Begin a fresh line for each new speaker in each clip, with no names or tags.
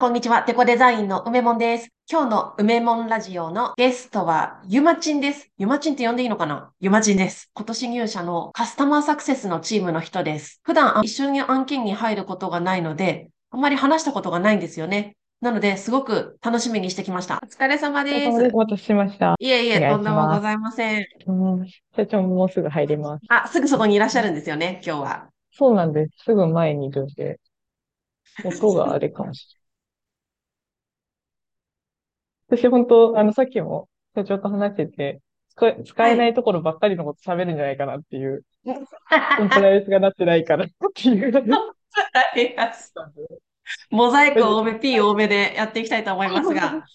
こんにちは、デコデザインの梅もんです。今日の梅もんラジオのゲストは、ゆまちんです。ゆまちんって呼んでいいのかなゆまちんです。今年入社のカスタマーサクセスのチームの人です。普段あ一緒に案件に入ることがないので、あんまり話したことがないんですよね。なので、すごく楽しみにしてきました。お疲れ様
お疲れ
で
様です
す。
お待たせしました。
いえい
お
え、
願い
と
します
んでもございません。
うん、社長ももうすぐ入ります。
あ、すぐそこにいらっしゃるんですよね、今日は。
そうなんです。すぐ前にいるんで、音があれかもしれない。私本当、あの、さっきも社長と話してて、使え、使えないところばっかりのこと喋るんじゃないかなっていう、コンプライアンスがなってないからっていう感じだっ
はい
たんで。
モザイク多め、P 多めでやっていきたいと思います が。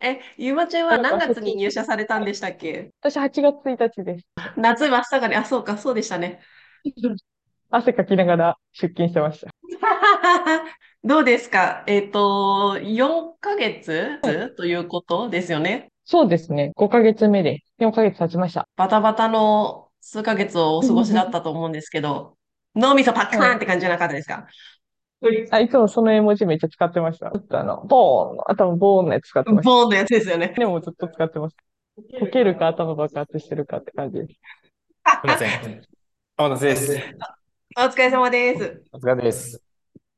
え、ゆまちゃんは何月に入社されたんでしたっけ
私8月1日です。
夏真っ盛り、あ、そうか、そうでしたね。
汗かきながら出勤してました。
どうですかえっと、4ヶ月ということですよね。
そうですね。5ヶ月目で、4ヶ月経ちました。
バタバタの数ヶ月をお過ごしだったと思うんですけど、脳みそパッカーンって感じじゃなかったですか
あ、いつもその絵文字めっちゃ使ってました。ちょっとあの、ボーンの、頭ボーンのやつ使ってました。
ボーンのやつですよね。
でもずっと使ってました。こけるか頭爆発してるかって感じです。
すみません。お待たせです。
お疲れ様です。
お疲れ様です。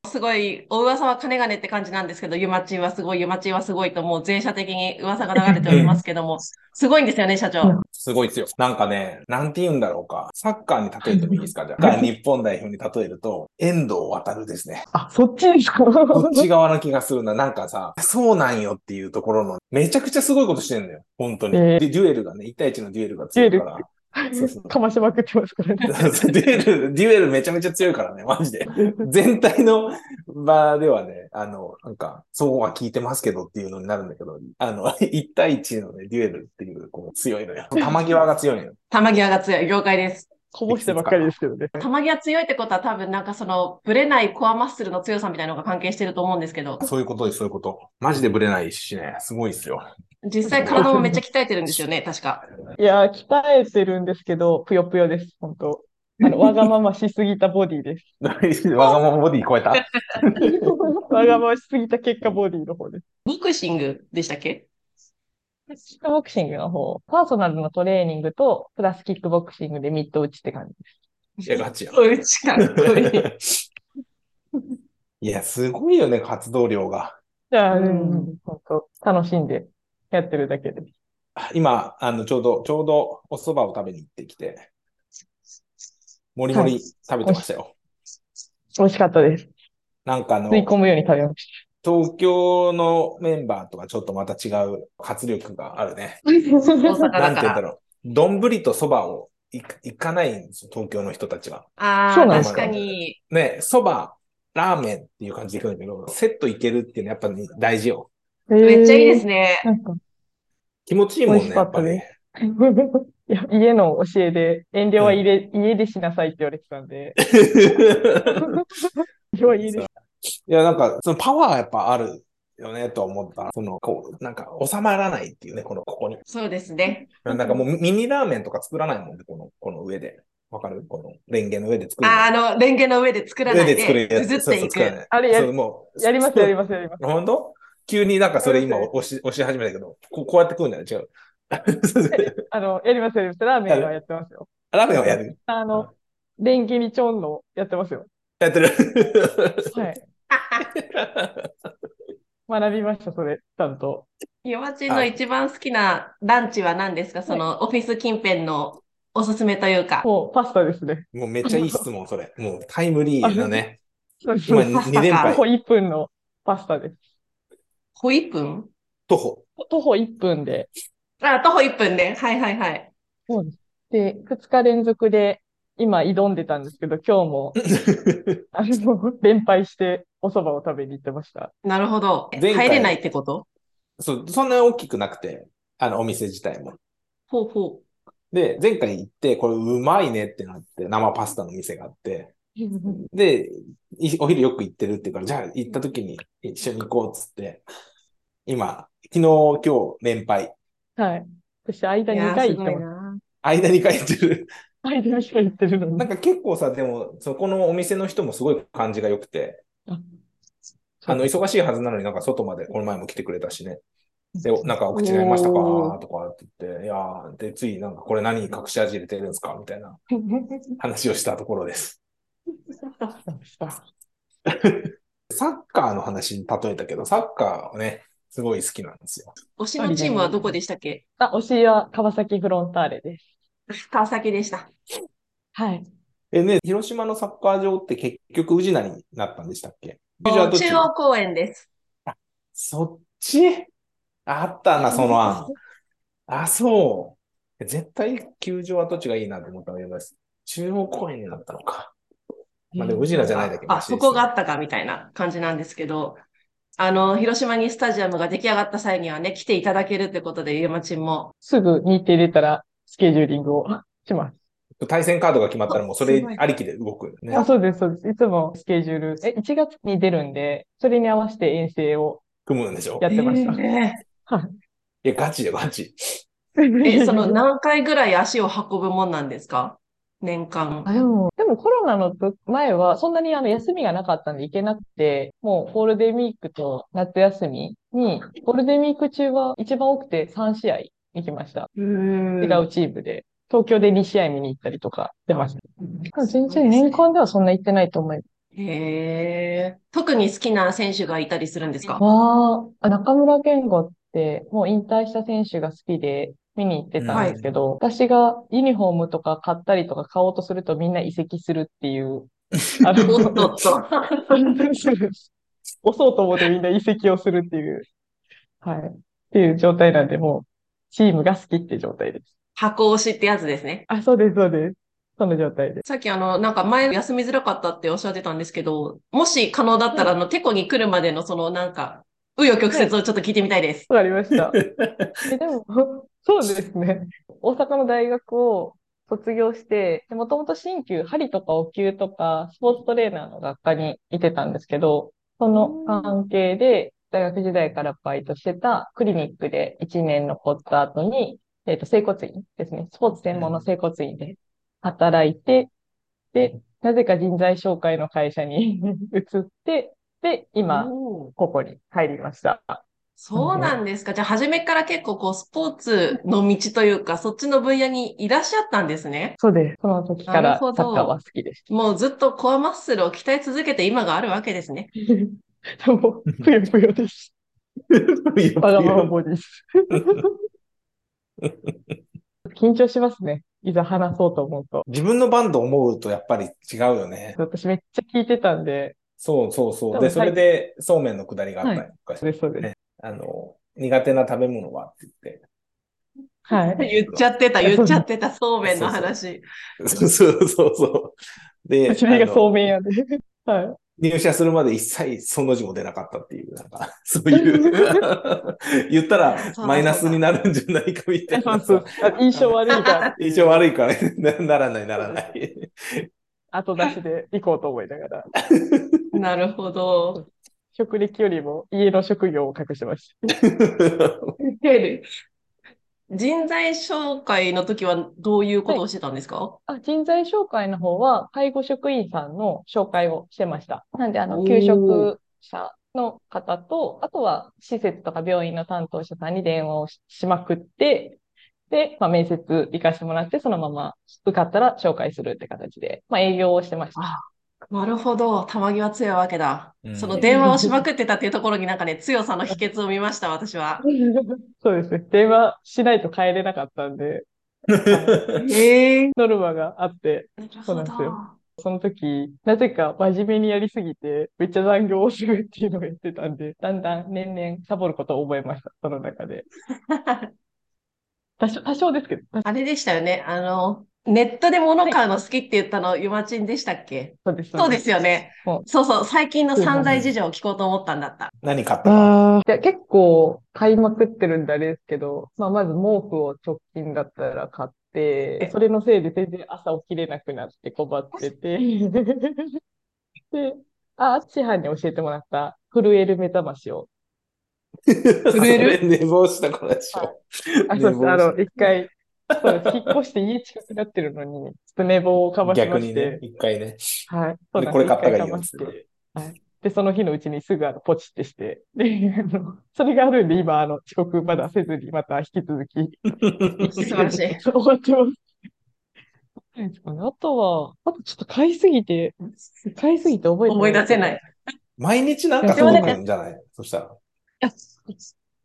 すごい、お噂は金金って感じなんですけど、ゆまちんはすごい、ゆまちんはすごいと、もう全社的に噂が流れておりますけど も、すごいんですよね、社長。
すごいですよ。なんかね、なんて言うんだろうか。サッカーに例えてもいいですかじゃあ。日本代表に例えると、遠藤航です ね。
あ、そっちですか
こっち側な気がするな。なんかさ、そうなんよっていうところの、めちゃくちゃすごいことしてんのよ。本当に。
えー
で、デュエルがね、1対1のデュエルが強いから。そう そう
かましまくってますからね。
デュエル、デュエルめちゃめちゃ強いからね、マジで。全体の場ではね、あの、なんか、そうは聞いてますけどっていうのになるんだけど、あの、1対1のね、デュエルっていう、こう、強いのよ。球際が強いのよ。
玉際が強い、業界です。
こぼしてばっかりですけどね。
球際強いってことは多分なんかその、ぶれないコアマッスルの強さみたいなのが関係してると思うんですけど、
そういうことです、そういうこと。マジでブレないしね、すごいですよ。
実際体もめっちゃ鍛えてるんですよね、確か。
いやー、鍛えてるんですけど、ぷよぷよです、本当。あの、わがまましすぎたボディ です。
わがままボディ超えた
わがまましすぎた結果ボディの方です。
ボクシングでしたっ け
キックボクシングの方、パーソナルのトレーニングと、プラスキックボクシングでミッド打ちって感じ。
いや、ガチや。
おうちかっこいい。
いや、すごいよね、活動量が。
じゃあ、
う
うんん、本当楽しんでやってるだけです。
今、あの、ちょうど、ちょうどお蕎麦を食べに行ってきて、もりもり食べてましたよ。
美味しかったです。
なんかあの、
吸い込むように食べまし
東京のメンバーとはちょっとまた違う活力があるね。
大 阪だ
なん
か
て言うんだ
ら。
ろう。丼とそばをいいかないんですよ、東京の人たちは。
あ
そうなん
あ、
です
確かに。
ね、そば、ラーメンっていう感じでいくんだけど、セットいけるっていうのはやっぱり大事よ。
た。
めっちゃいいです
ね。
ね。
なんか、
気持ちいいもん
美味
ね、
しか
や
っ
っ
た
ぱり
ね。いや家の教えで、遠慮は入れ、家でしなさいって言われてたんで、遠慮は家でし
いや、なんか、そのパワーやっぱあるよね、と思った。その、こう、なんか収まらないっていうね、この、ここに。
そうですね。
なんかもうミニラーメンとか作らないもんね、この、この上で。わかるこの、レンゲの上で作るの。
あーあの、レンゲの上で作らな
上
い
で作る
で、
や
ず
つ。
ずってい
そうそう作ら
く。
ない
あれや
そうもう
やります、やり
ま
ます、やります。
本当急になんかそれ今
やり
押し押し始めたけど、こうこうやって食うんだよ、違う。
あの、やります、やります。ラーメンはやってますよ。
ラーメンはやる。
あの、レンゲにちょんのやって ますよ。
やってる。
はい。学びました、それ、ちゃんと。
ゆまちんの一番好きなランチは何ですかその、オフィス近辺のおすすめというか。
もう、パスタですね。
もうめっちゃいい質問、それ。もうタイムリーだね。
そうです。
今
徒
パスタか
2連敗。
歩1分のパスタです。
ホイップン
徒歩。
徒歩1分で、
あ、徒歩1分で。はいはいはい。
そうです。で、2日連続で今挑んでたんですけど、今日 も、あの、連敗してお蕎麦を食べに行ってました。
なるほど。
前
入
回
れないってこと
そう、そんな大きくなくて、あの、お店自体も。
ほうほ
で、前回行って、これうまいねってなって、生パスタの店があって、で、いお昼よく行ってるって言うから、じゃあ行った時に一緒に行こうっつって、今、昨日、今日、連敗。
はい。私、
う。
間
いや
2
ー、
回
す
行
ご
って
い
ます。
な。
間に帰ってる。
間2回行ってるの
なん
に。
か結構さ、でも、そこのお店の人もすごい感じが良くて、
あ
あの、忙しいはずなのになんか外までこの前も来てくれたしね。で、なんかお口
おー
に合いましたかとかって言って、いやー、で、ついなんかこれ何隠し味入れてるんですかみたいな話をしたところです。サッカーの話に例えたけど、サッカーはね、すごい好きなんですよ。
推しのチームはどこでしたっけ
あ、推しは川崎フロンターレです。
川崎でした。
はい。
え、ね、広島のサッカー場って結局宇品になったんでしたっけ宇治はどっち
中央公園です。
そっちあったな、その案。あ、そう。絶対球場跡地がいいなと思ったんだけど、中央公園になったのか。まあでも、宇品じゃないだけ
あ、
マシです
そこがあったかみたいな感じなんですけど、あの、広島にスタジアムが出来上がった際にはね、来ていただけるってことで、ゆうまちんも。
すぐ日程入れたら、スケジューリングをします。
対戦カードが決まったらもうそ
す
れ
ごい
ありきで動くよね
あ、。そうです、そうです。いつもスケジュール、え、1月に出るんで、それに合わせて遠征を。
組むんでしょ
やってました
え
え、ガチでガチ。
ーえ、その
な、
何回ぐらい足を運ぶもんなんですか年間。
あ、でも、でもコロナのと前は、そんなにあの休みがなかったんで行けなくて、もうゴールデンウィークと夏休みに、ゴールデンウィーク中は一番多くて3試合行きました。
違
違
う
うチームで。東京で2試合見に行ったりとかしてました。全
そうですね
然年間ではそんな行ってないと思います。
へえ。特に好きな選手がいたりするんですか
わあ、中村健吾って、もう引退した選手が好きで見に行ってたんですけど、私がユニフォームとか買ったりとか買おうとするとみんな移籍するって いう、あの、
おっとっと。
押そうと思ってみんな移籍をするっていう、はい、っていう状態なんで、もう、チームが好きって状態です。
箱押しってやつですね。
あ、そうです、そうです。その状態です。
さっきあの、なんか前休みづらかったっておっしゃってたんですけど、もし可能だったら、あの、テコに来るまでのそのなんか、紆余曲折をちょっと聞いてみたいです。
わかりました。え、でも、 そうですね。大阪の大学を卒業して、もともと鍼灸、針とかお灸とか、スポーツトレーナーの学科にいてたんですけど、その関係で、大学時代からバイトしてたクリニックで1年残った後に、えっと、整骨院ですね。スポーツ専門の整骨院で働いて、で、なぜか人材紹介の会社に 移って、で、今、
おー
ここに入りました。
そうなんですか。じゃあ、初めから結構こう、スポーツの道というか、そっちの分野にいらっしゃったんですね。
そうです。その時か
なる
らサ
ほど
ッカーは好きでした。
もうずっとコアマッスルを鍛え続けて今があるわけですね。
で も、ぷよぷよ です。わがままボディです。緊張しますね。いざ話そうと思うと。
自分の番と思うとやっぱり違うよね。
私めっちゃ聞いてたんで、
そうそう
多
そう。
分
で、それでそうめんのくだりがあったりとかし
そ
て、
うです、そうです。
ねあの、苦手な食べ物はって言って。
はい。
言っちゃってた、言っちゃってた、そうめんの話。
そうそうそうそう。で、
知り合いが
あの
そうめん屋で。はい。
入社するまで一切その字も出なかったっていう、なんか、 そういう、 言ったらマイナスになるんじゃないかみたい
そう
な
そ
さ
う。。あ印象悪いから、
印象悪いから、なならない、ならない。
後出しで行こうと思いながら。
なるほど。
職歴よりも家の職業を隠してまし
人材紹介の時はどういうことをしてたんですか
た。あ、人材紹介の方は、介護職員さんの紹介をしてました。なんで、あ
お
の、
ー
求職者の方と、あとは施設とか病院の担当者さんに電話をししまくって、で、まあ、面接行かしてもらって、そのまま受かったら紹介するって形で、まあ、営業をしてました。
なるほど。玉際強いわけだ
う。ん
その電話をしまくってたっていうところになんかね、強さの秘訣を見ました、私は。
そうですね。電話しないと帰れなかったんで、
ええ。
ノルマがあって、
なる
そ
ほ
うなんです
ど。
よその時、なぜか真面目にやりすぎて、めっちゃ残業をするっていうのをやってたんで、だんだん年々サボることを覚えました、その中で。多少、多少ですけど、多 少
あれでしたよね。あの、ネットで物買うの好きって言ったの、ゆまちんでしたっけ
そうです。
そうですよね
も。
そうそう、最近の散財事情を聞こうと思ったんだった。
何買ったか。
ああ。いや、結構買いまくってるんであれですけど、まあ、まず毛布を直近だったら買って、それのせいで全然朝起きれなくなって困ってて。 で、あ、師範に教えてもらった震える目覚ましを。
そ
震える
れ寝坊したからでしょ。
あ、
寝
そう
坊
です。あの、一回、そうです。引っ越して家近くなってるのに、ちょっと寝坊をかばしま
逆
し
にね
て、、
一回
は
ね。
い。そうなんです
これ買った方がいいよ
一回かばして
つって
はい。で、その日のうちにすぐあのポチってして、で、 あの、それがあるんで、今、あの、遅刻まだせずに、また引き続き、
素晴らし い。
終わってます。何ですかね。あとは、あとちょっと買いすぎて、買いすぎて覚えて。
思い出せないい。
毎日なんか届くんじゃないそしたら。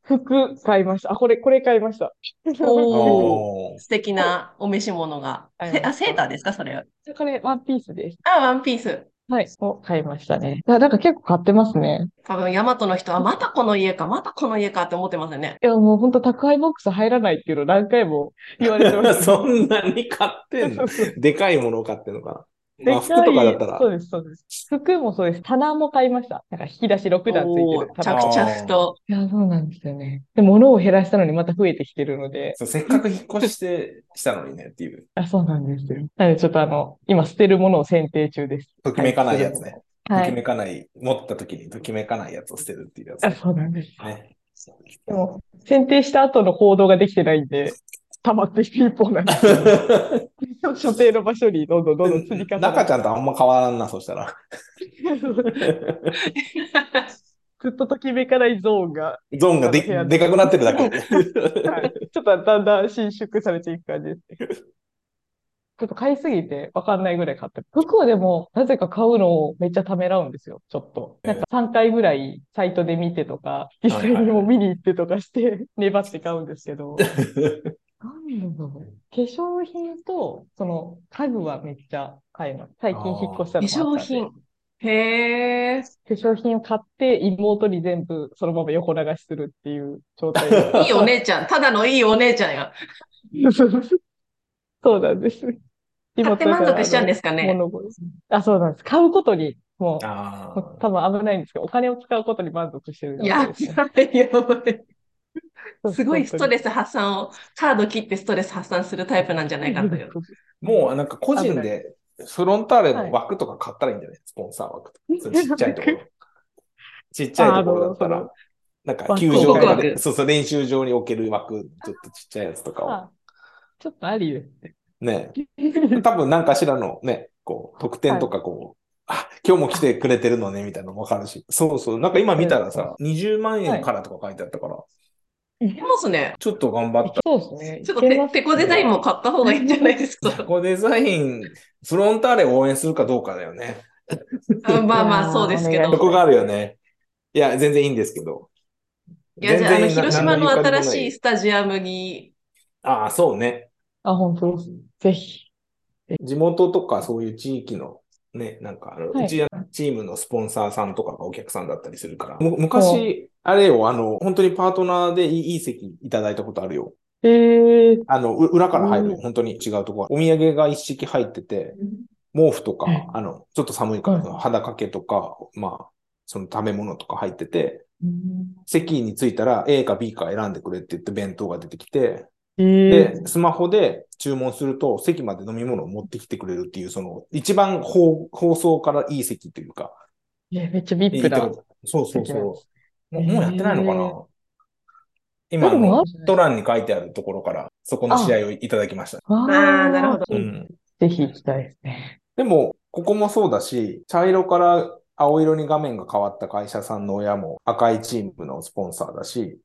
服買いました。あ、これ、これ買いました。
おー
おー
素敵なお召し物が。
はい
せあ、セーターですかそれは。
これ、ワンピースです。
あ、ワンピース。
はい。を買いましたね。だなんか結構買ってますね。
多分、ヤマトの人は、またこの家か、またこの家かって思ってますよね。
いや、もう本当宅配ボックス入らないっていうの何回も言われてます。
そんなに買 ってんのでかいものを買ってんのかな。ま
で
あ、服
かい
とかだったら
そう。です、そうです。服もそうです。棚も買いました。なんか引き出し6段ついて
お
る
ー
棚。
ちゃ
着々と。
いや、そうなんですよね。で、物を減らしたのにまた増えてきてるので。
そうせっかく引っ越してしたのにねっていう、
あ、そうなんですよ。なので、ちょっとあの、今捨てるものを選定中です。
ときめかないやつね。と
は
きめ
い。
かない、持った時にときめかないやつを捨てるっていうやつ
あ、そうなんです。
ね。
でも、選定した後の行動ができてないんで、溜まってピーポーなんです よ。 所定の場所にどんどんどんどん積み重ね
中
て
ちゃんとあんま変わらんな、そした ら。
ずっとときめかないゾーンが、
ゾーンがで
部屋
でかくなってるだけ で。
はいちょっとだんだん伸縮されていく感じですね。ちょっと買いすぎてわかんないぐらい買ってる。服をでも、なぜか買うのをめっちゃためらうんですよ、ちょっと。なんか3回ぐらいサイトで見てとか、実際にも見に行ってとかして、粘って買うんです けど。なんだろう。化粧品と、その、家具はめっちゃ買います。最近引っ越した
化
のもあ
粧
ったんで
品。へえ。
化粧品を買って、妹に全部そのまま横流しするっていう状態
いいお姉ちゃん。ただのいいお姉ちゃんが。
そうなんです。
買って満足しちゃうんですすか
か
ね。
あ、そうなんです。買うことに、もう、
あ
もう多分危ないんですけど、お金を使うことに満足してる
や
ですね。
ばい、やばい。
そう
すごいストレ
ス
ス発散を、カード切ってストレス発散するタイプなんじゃないかという。
もうなんか個人でフロンターレの枠とか買ったらいいんじゃないスポンサー枠とか。そのちっちゃいところ。ちっちゃいところだった
ああ
ら
の、
なんか球場
ワ
と
クワ
か
ク
で、そうそう、練習場に置ける枠、ちょっとちっちゃいやつとかを。
ちょっとありですね。
ね。多分なんかしらのね、こう、特典とかこう、あ、今日も来てくれてるのね、みたいなのもわかるし。そうそう。なんか今見たらさ、20万円からとか書いてあったから、
いけますね。
ちょっと頑張った。
そうですね。
ちょっと
いけ
ペ
ます
ペコデザインも買った方がいいんじゃないです
タ
か。
コデザイン、フロンターレを応援するかどうかだよね。
あまあまあ、そうですけ
いやーお願いし
ど
そ
ま。
こがあるよね。いや、全然いいんですけど。
いや、じゃあ、あの、
全然
広島の
何のゆかりもない
新しいスタジアムに、
ああ、そうね。
あ、本当です。ぜひ。
地元とかそういう地域の、ね、なんかあの、
はいう
ちのチームのスポンサーさんとかがお客さんだったりするから。む昔、あれよ、あの、本当にパートナーでいいいい席いただいたことあるよ。
えー、
あの、う裏から入る
う
よ。本当に違うところ。お土産が一式入ってて、毛布とか
うん、
あの、ちょっと寒いから、
うん
その肌掛けとか、まあ、その食べ物とか入ってて、席に着いたら A か B か選んでくれって言って弁当が出てきて、
えー
で、スマホで注文すると席まで飲み物を持ってきてくれるっていう、その、一番放放送からいい席というか、
いや、めっちゃビ
い
ッ
い
プ
と
だ。
こそうそうそう。もう
へー
もうやってないのかな今、
あでもある
の
んじゃない
トランに書いてあるところから、そこの試合をいただきました。
あー
あーなるほど
うん。
ぜひ行きたいですね。
でも、ここもそうだし、茶色から青色に画面が変わった会社さんの親も赤いチームのスポンサーだし、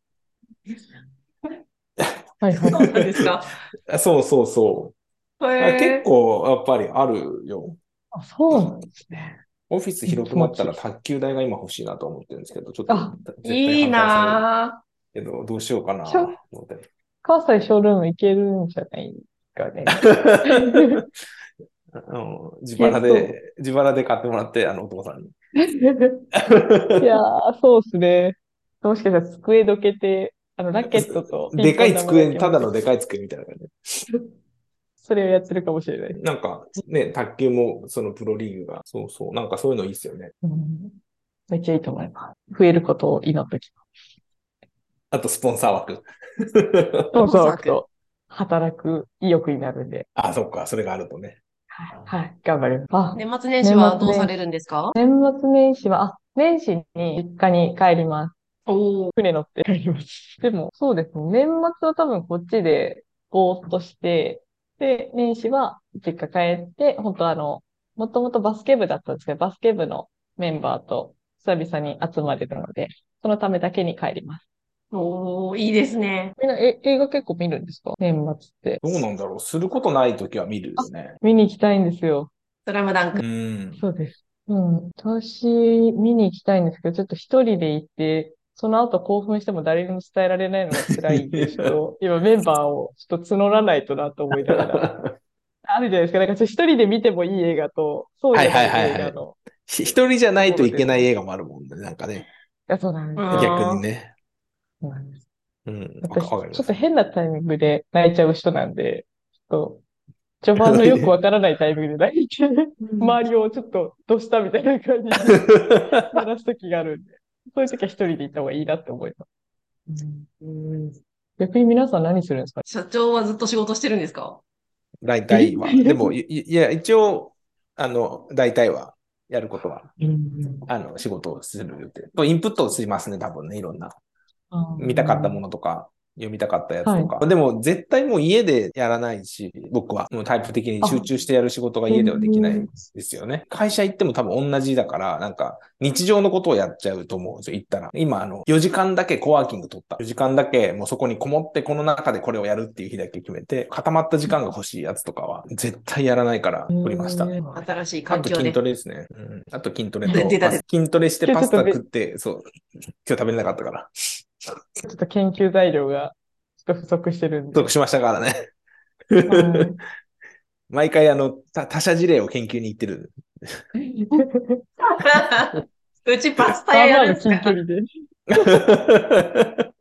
はいはい
そうなんですか。
あそうそうそう。
へ
あ結
え。
構やっぱりあるよ。
あ、そうなんですね。
オフィス広くなったら卓球台が今欲しいなと思ってるんですけど、ちょっと
あ
絶対
いい
反対
な
するけど、どうしようかな
しょ
と思って。
関西ショールーム行けるんじゃないか ね。
あの自腹で、自腹で買ってもらって、あの、お父さんに。
いやー、そうですね。もしかしたら机どけて、あの、ラケットとピンポン玉だけ。
でかい机、ただのでかい机みたいな感じ
それをやってるかもしれない。
で。なんか、ね、卓球も、そのプロリーグが、そうそう、なんかそういうのいいっすよね。
うんめっちゃいいと思います。増えることを祈ってきま
あと、スポンサー枠。
す。そうそうと、働く意欲になるんで、
あ、そっか、それがあるとね。
はい、頑張ります。あ
ー。年末年始はどう
年末年始
されるんですか
年末年始は、あ、年始に実家に帰ります。
おお。
船乗って帰ります。でも、そうですね。年末は多分こっちでぼーっとして、で、年始は実家帰って、本当あの、もともとバスケ部だったんですけど、バスケ部のメンバーと久々に集まれるので、そのためだけに帰ります。
おー、いいですね。
みんなえ映画結構見るんですか年末って。
どうなんだろうすることないときは見るよね。
見に行きたいんですよ。
スラムダン
う
ク。
ん。
そうです。うん。私、見に行きたいんですけど、ちょっと一人で行って、その後興奮しても誰にも伝えられないのが辛いんで、ちょっ と、今メンバーをちょっと募らないとなと思いながら。あるじゃないですか。なんかちょっと一人で見てもいい映画と、そうじゃない映
はいはいは
画
い
の。
ひ一人じゃないといけない映画もあるもんね。なんかね。
いや、そうなんで
う
すよ
ん。
逆にね。
そうなんです
うん。わ
私、
かわかり
ちょっ
ます
と。変なタイミングで泣いちゃう人なんで、ちょっと、序盤のよくわからないタイミングで泣いて、周りをちょっと、どうしたみたいな感じで話す時があるんで、そういう時は一人で行った方がいいなって思います。逆に皆さん何するんですか
社長はずっと仕事してるんですか
大体は。でも、いいいや、一応、あの、大体は、やることは、あの、仕事をする予定。と、インプットをしますね、多分ね、いろんな。見たかったも
の。
のとか、読みたかったやつとか。でも、絶対もう家でやらないし、僕は、もうタイプ的に集中してやる仕事が家ではできないんですよね。会社行っても多分同じだから、なんか、日常のことをやっちゃうと思うんですよ、行ったら。今、あの、4時間だけコワーキング取った。4時間だけ、もうそこにこもって、この中でこれをやるっていう日だけ決めて、固まった時間が欲しいやつとかは、絶対やらないから、取りました。
うん
新しい
あ
環
と
境
筋
で
ト。レですね。うん、あと筋トレ
出
と
てた
パ
出
ス。筋トレして
今
パ
日
ス
ちょ
タ
っと
食って、そう。今日食べれなかったから。
ちょっと研究材料が、ちょっと不足してるん
不
で。
足しましたからね。
はい
毎回あの、た他者事例を研究に行っ てる。
うちパスタ
まあ
屋
ま
やる
あ
ん
の
です
近距
か
離で。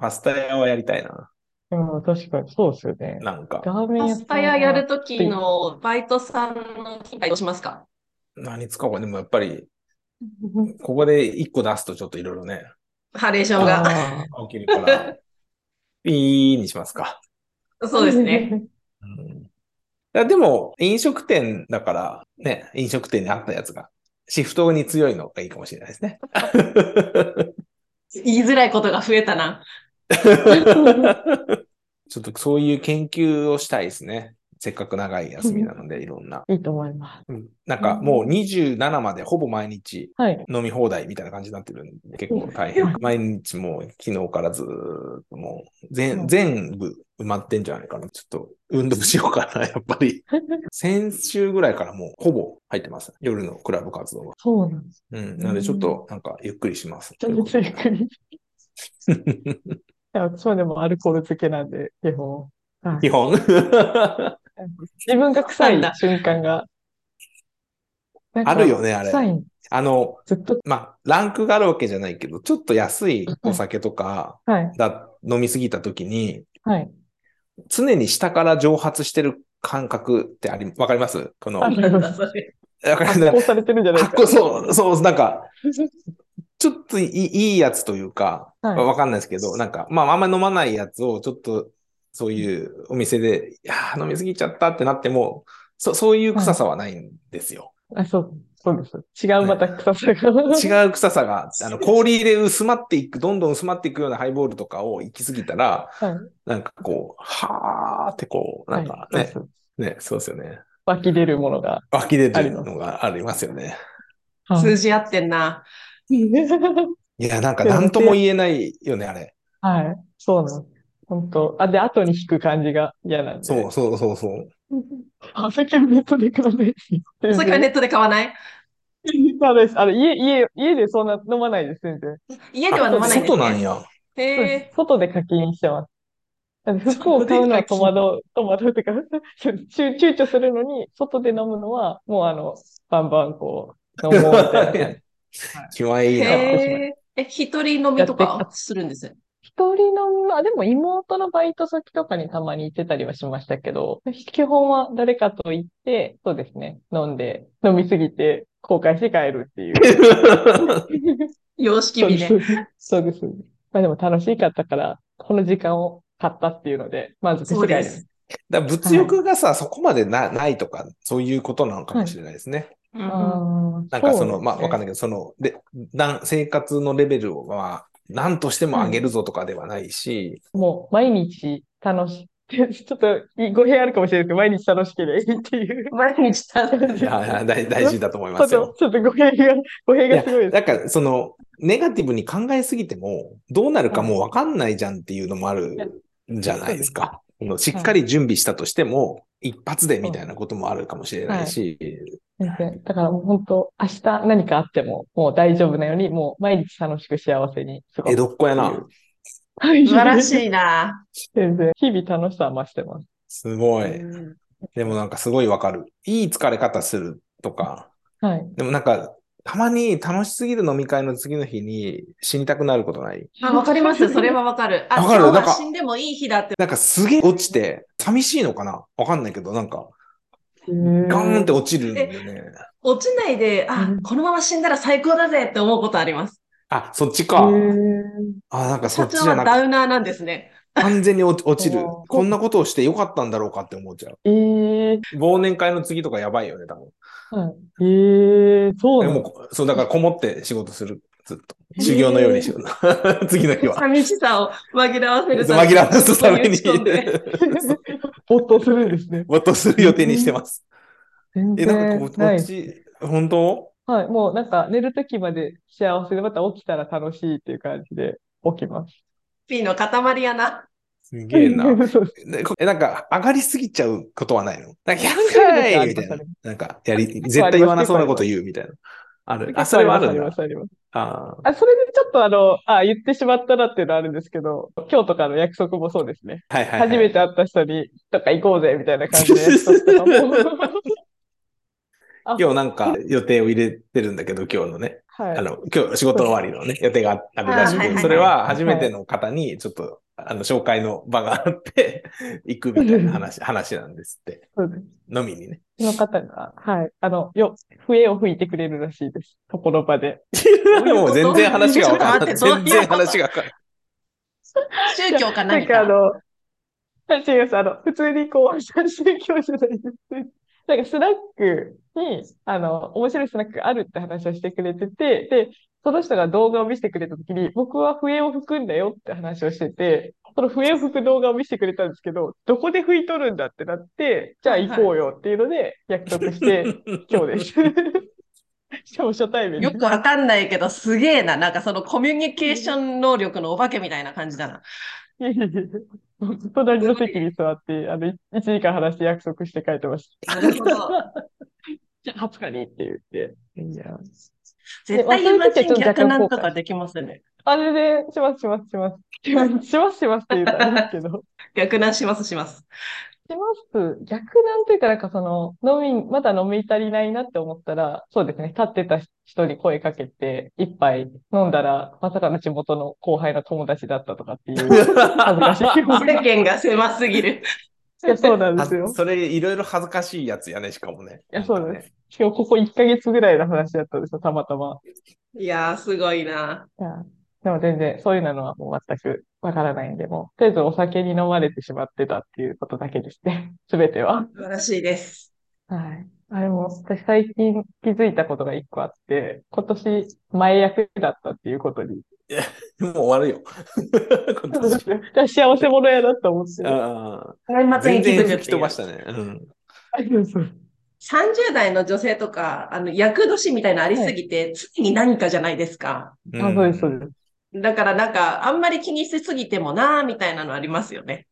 パスタ屋をやりたいな。
うん、確かに、そうですよね。
なんか。
ラーメン
パ
屋
スタ屋やるときのバイトさんの金配どうしますか
何使おうか。でもやっぱり、ここで一個出すとちょっといろいろね、
ハレーションが。
が。
起きる から、ピーにしますか。
そうですね。。
うんいやでも、飲食店だから、ね、飲食店にあったやつが、シフトに強いのがいいかもしれないですね。
言いづらいことが増えたな。
ちょっとそういう研究をしたいですね。せっかく長い休みなので、いろんな。
いいと思います。
なんかもう27までほぼ毎日
はい。
飲み放題みたいな感じになってるんで、結構大変。毎日もう昨日からずーっともう全全部埋まってんじゃないかな。ちょっと運動しようかな、や っぱり。先週ぐらいからもうほぼ入ってます。夜のクラブ活動は。
そうなんです。
うん。なのでちょっとなんかゆっくりします。
ちょっとゆっくり。 いや、私もでもアルコール漬けなんで、基本。はい
基本。
自分が臭い瞬間が。なんか
あるよね、あれ。
臭い。
あの、
ずっと。
まあ、ランクがあるわけじゃないけど、ちょっと安いお酒とか
はい。
だ、飲みすぎた時に、
はい。
常に下から蒸発してる感覚ってあり、わかりますこの、
あ
わ
ります
か
発
りま
酵
す
されてるんじゃない
発酵、
ですか。
そう、そう、なんか、 ちょっといいいいやつというか、
はい
わかんないですけど、なんか、まあ、あんまり飲まないやつを、ちょっと、そういうお店で、いやー飲みすぎちゃったってなっても、そそういう臭さはないんですよ。
あ、そう、そうです。違うまた臭さが。
違う臭さが、あの、氷で薄まっていく、どんどん薄まっていくようなハイボールとかを行き過ぎたら、
はい
なんかこう、はーってこう、なんか ね、
はいそうです
ね、そうですよね。
湧き出るものが。
湧き出てるのがありますよね。
通じ合ってんな。
いや、なんか何とも言えないよね、あれ。
はい。そうなの。本当。あ、で、後に引く感じが嫌なんで。
そうそうそうそう。
お酒はネットで買わないで
お
す。
酒はネ
ね。
ットで買わない
そうです。あの、家、家、家でそんな飲まないです、全然。
家では飲まないんです、
外なん
や。
や。
そう
へ
で
え
す。外で課金してます。なんで服を買うのは戸惑う、戸惑うというか、 躊躊躇するのに、外で飲むのは、もうあの、バンバンこう、飲もうみたいな感じ。
気はいいな。
へえ。え、一人飲みとかするんです
一人飲みは、でも妹のバイト先とかにたまに行ってたりはしましたけど、基本は誰かと行って、そうですね、飲んで、飲みすぎて、後悔して帰るっていう。
様式美ね。
そうです。そうです。まあでも楽しかったから、この時間を買ったっていうので、満足して
そう
帰
で
る。
す。
だから物欲がさ、そこまでなないとか、そういうことなのかもしれないですね。
うんうん
あ
なんかその、まあわかん
ない。
ないけど、その、で、なん生活のレベルは、何としても上げるぞとかではないし、
もう毎日楽し ちょっと語弊あるかもしれないけど、毎日楽しければいいっていう。
毎日楽しい。
いや大大事だと思い
ちょ
ま
っ
すよ
と、。ちょっと語弊が、語弊
い
が
や
すごいです。
なんか、その、ネガティブに考えすぎても、どうなるかもうわかんないじゃんっていうのもあるんじゃないですか。あのしっかり準備したとしても、一発でみたいなこともあるかもしれないし、
全然。だからもう本当、明日何かあっても、もう大丈夫なように、もう毎日楽しく幸せに過ご
江
す。
戸っ子やな。
はい
素晴らし
い。
いな。
全然。日々楽しさは増してます。
すごい。
うん
でもなんかすごいわかる。いい疲れ方するとか、
はい。
でもなんか、たまに楽しすぎる飲み会の次の日に死にたくなることない。
あ、わかり ます。それはわかる。あ、
わかる
今日
なん
は
か
死んでもいい日だって。
なんかすげえ落ちて、寂しいのかなわかんないけど、なんか、ガ
ガ
ーンって落ちるんでね。
落ちないで、あ
うん、
このまま死んだら最高だぜって思うことあります。
あ、そっちか。あ、なんかそ
社
っち
長
じゃ
は
な
ダ
く
ウナーなんですね。
完全に落ち落ちる
おー。
こんなことをしてよかったんだろうかって思っちゃう。
えー、
忘年会の次とかやばいよね、多分。
はいえー、そう
で
なの
も、そう、だからこもって仕事する。ずっと。修行のようにしよう。次の日は。
寂しさを紛らわせる
紛
ために
らわすために
打ち込んで。
没頭するんですね。
没頭する予定にしてます。
全
え、なんか
然
こう、こ
な
っ
い。
ち、本当
はい、もうなんか寝るときまで幸せで、また起きたら楽しいっていう感じで起きます。
ピーの塊やな。
すげえな。
そうです
でこえ、なんか、上がりすぎちゃうことはないのなんか、や
そう
る
いうことあり
かいみ
ます
たいな
あり。
なんか、やり、絶対言わなそうなこと言うみたいな。ある。あ、それはある
り
ん
ます
だ。
あります。
あ
あ、それでちょっとあの、あ、言ってしまったなっていうのはあるんですけど、今日とかの約束もそうですね。
ーはいはい、はい。
初めて会った人に、とか行こうぜみたいな感じで約束とかも。あ
今日なんか予定を入れてるんだけど、今日のね、
はい
あ。の、今日仕事終わりのね、予定があるらし
あーはいはいは
く、
い
それは初めての方にちょっと、あの、紹介の場があって、 行くみたいな話、話なんですって。
そうです。
飲みにね。
その方が、はい。あの、よ、笛を吹いてくれるらしいです。ところ場で。
ういうこと
もう全然話がわかんない。
ちょっと待
全
って
然話がわかんない。
宗教か
な
何
んかあ
か。
の、はい違います。あの、普通にこう、写真教じゃないです。なんかスナックに、あの、面白いスナックがあるって話をしてくれてて、で、その人が動画を見せてくれたときに、僕は笛を吹くんだよって話をしてて、その笛を吹く動画を見せてくれたんですけど、どこで吹いとるんだってなって、じゃあ行こうよっていうので、約束 して、今日です。しかも初対面で
よ
す。
くわかんないけど、すげえな。なんかそのコミュニケーション能力のお化けみたいな感じだな。
いえいえいえ隣の席に座って、あの、1時間話して約束して帰ってました。
なるほど。
じゃあ、20日にって言って。いや。
絶対ユマチン逆なんとかできますね。
あれで、しますしますします。しますしますしますって言うたんですけど。 し
逆なんしますします。
ます。逆なんというか、なんかその、飲み、まだ飲み足りないなって思ったら、そうですね、立ってた人に声かけて、一杯飲んだら、まさかの地元の後輩の友達だったとかって いう、恥ずかし い思い
世間が狭すぎる。
が。そうなんです
あ
よ。
それ、いろいろ恥ずかしいやつやね、しかもね。
いやそう
なん
で
かね。
今日ここ1ヶ月ぐらいの話だったんですよ、たまたま。
いやー、すごいな。
いや、でも全然、そういうのはもう全くわからないんで、もう、とりあえずお酒に飲まれてしまってたっていうことだけですね。すべて は。
素晴らしいです。
はい。あれも、私最近気づいたことが一個あって、今年前役だったっていうことに。
もう終わるよ。今年
幸せ者やなと思って。
ああ
年末
全
に気
然
づくっ
吹き
てい
飛
う
ばしたね。うん。
30代の女性とか、あの、役年みたいなのありすぎて、常に何かじゃないですか。
あ、そうです、そうです。
だからなんか、あんまり気にしすぎてもなーみたいなのありますよね。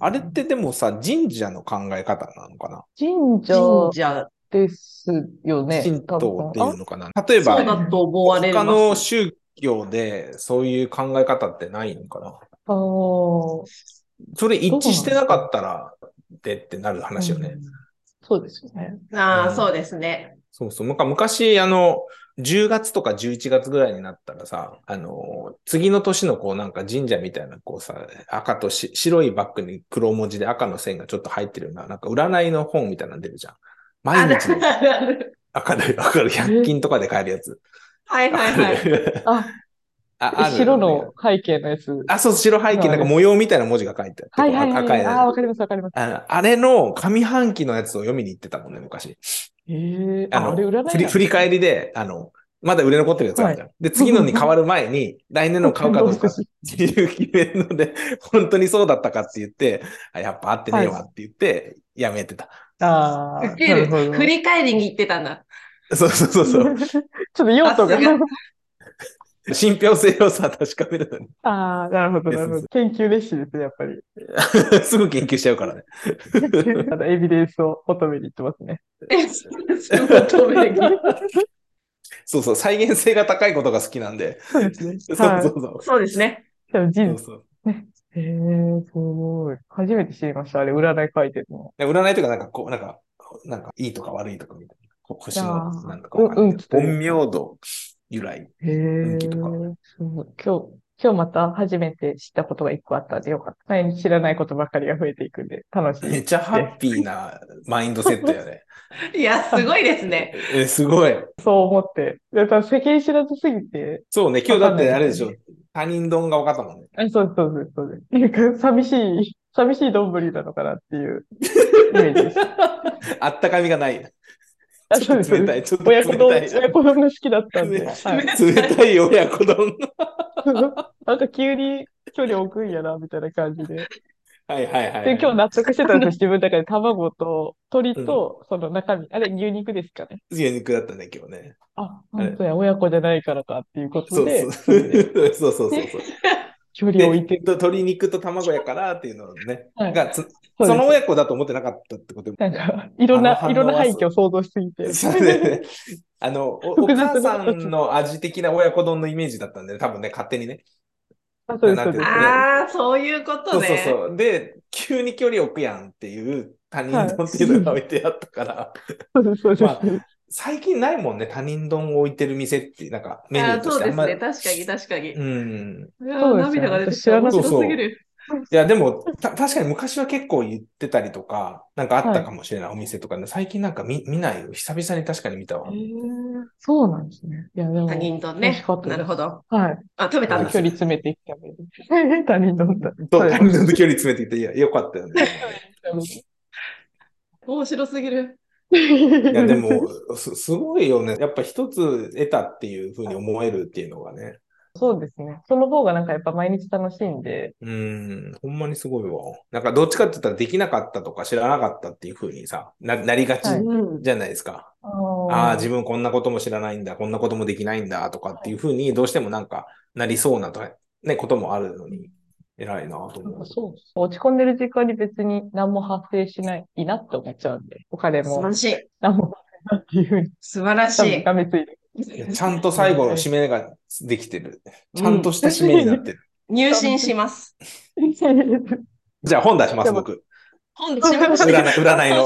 あれってでもさ、神社の考え方なのかな、
神社
神社、
ですよね、
神
多
道って
分。
いうのかな例え
そ
ば、
うだと思われ
他
ま
の
す。
宗教でそういう考え方ってないのかな
ああー、
それ一致してなかったら、でってなる話よね。
うんそうですよね。
あ
う
あ、
ん
そうですね。
そうそう。むか昔、あの、10月とか11月ぐらいになったらさ、あの、次の年のこうなんか神社みたいなこうさ、赤とし白いバッグに黒文字で赤の線がちょっと入ってるような、なんか占いの本みたいなの出るじゃん。
あ
毎
る
日の
あるある。
明るい、明るい、100均とかで買えるやつ。
はいはい はい。
い。
あ、
あ、ある
白の背景のやつ。
あ、そう、白背景、なんか模様みたいな文字が書いてあって、
はいはいはい。
こう赤い
ああ、わかりますわかります。
あのあれの上半期のやつを読みに行ってたもんね、昔。
ええ
あ
あ、
の、
あれ占い
振り
なん
振り返りで、あの、まだ売れ残ってるやつあるじゃん。で、次のに変わる前に、来年の買うかどうかっていう決めるので、 本当にそうだったかって言って、あやっぱ合ってねえわって言って、やめてた。
ああ、
受ける
なるほど
振り返りに行ってたん だ。
そうそうそうそ う。
ちょっと用途
さ
が
す。
信憑性をさ、確かめるのに。
ああ、なるほど、なるほ
そう
ど。研究熱心ですね、やっ ぱり。
すぐ研究しちゃうからね。
ただエビデンスを求めに行ってます ね。
え、そう求めに
そうそう、再現性が高いことが好きなんで。
そうです
そう
ね。
そう
は
そ。
いう
そうですね。
でも
そ
人
うそう
へえ、すごい。初めて知りました。あれ、占い書いてるの。
で占いとか、なんかこう、なんか、なんか、いいとか悪いとかみたいな。こ星
あ
の、
ー
なんかこう、
うん運気と
陰陽道由来。
へえ、
気とか
すごい。今日、今日また初めて知ったことが一個あったんでよかった。毎日知らないことばっかりが増えていくんで、楽しい。
めっちゃハッピーなマインドセットよね。
いや、すごいですね。
え、すごい。
そう思って。やっぱ世間知らずすぎて、
そうね、今日だってあれでし
わ
ょ。他人丼が分かったもんね。
あそうですそうですそうです。なんか、寂しい、寂しいどんぶりなのかなっていうイメージ です。
あったかみがない。
あ
ち
そ
ょ
う
っ
です
と
そ
冷
うです。
たい。ちょっと
親子
冷
丼、
たい。
親子丼が好きだったんで。
冷
はい
冷たい親子丼。
なんか急に距離置くんやな、みたいな感じで。
はいはいはい。
で、今日納得してたんですよ、自分の中で卵と鶏と、その中身、あれ、牛肉ですかね。
牛肉だったね、今日ね。
あ、
あれ
本当や、親子じゃないからかっていうこ
そ
と
う
で、
そう。そうそうそうそう。
距離
で
を置いてる。
鶏肉と卵やからっていうのをね、
はい
がつ
うです
その親子だと思ってなかったってこと
なんか、いろん
あの
な、
反応
いろんな
は
背景を想像しすぎて。
そうねあのお、お
複雑な
母さんの味的な親子丼のイメージだったんで、多分ね、勝手にね。
あ、 そうです、
な
そ
ん
う
て
で
い
す
の。
ああ、そういうこ
そ
と
うそう
ね。
そう。で、急に距離置くやんっていう他人丼っていうのが置いてあったから、
そうです、そうです。
ま最近ないもんね、他人丼を置いてる店って、なんかメニュ
あ
ー
ー
と
そ
し
う
てあ
で
ん
す
ま
ね。確かに、確かに。
うん。
いや
そう
ー
ですね
涙が出てき
知ら
た。
な
面
かった
白すぎる。
いや、でも、た確かに昔は結構言ってたりとか、なんかあったかもしれない、お店とかね、最近なんか見見ないよ。久々に確かに見たわ。
そうなんですね。いや、でも、
他人とね
楽しかっ。たで
な
す
るほど。
はい。
あ、食べたんです。
距離詰めていっため に。他人丼だ。
と、
そうで
他
す
人丼と距離詰めていって、いや、よかったよね。
面白すぎる。
い や、でも、す、すごいよね。やっぱ一つ得たっていうふうに思えるっていうのがね。
そうですね。その方がなんかやっぱ毎日楽しいんで、
うん、ほんまにすごいわ。なんか、どっちかって言ったらできなかったとか知らなかったっていうふうにさ、な、なりがち
はい
うん。
じゃないですか。
あ
ああ、
あ
自分こんなことも知らないんだ、こんなこともできないんだとかっていうふうに、どうしてもなんか、なりそうなと、ね、こともあるのに、偉いなと思う。
そうです落ち込んでる時間に別に何も発生しないなって思っちゃうんで、お金
素晴
も
らしい。
何も発生しないっていうふうに、
素晴らし
多分
い。
がめついて。
ちゃんと最後の締めができてる。ちゃんとした締めになってる。
入信します。
じゃあ本出します、僕。
本で締めまし
占い、
た。
占いの。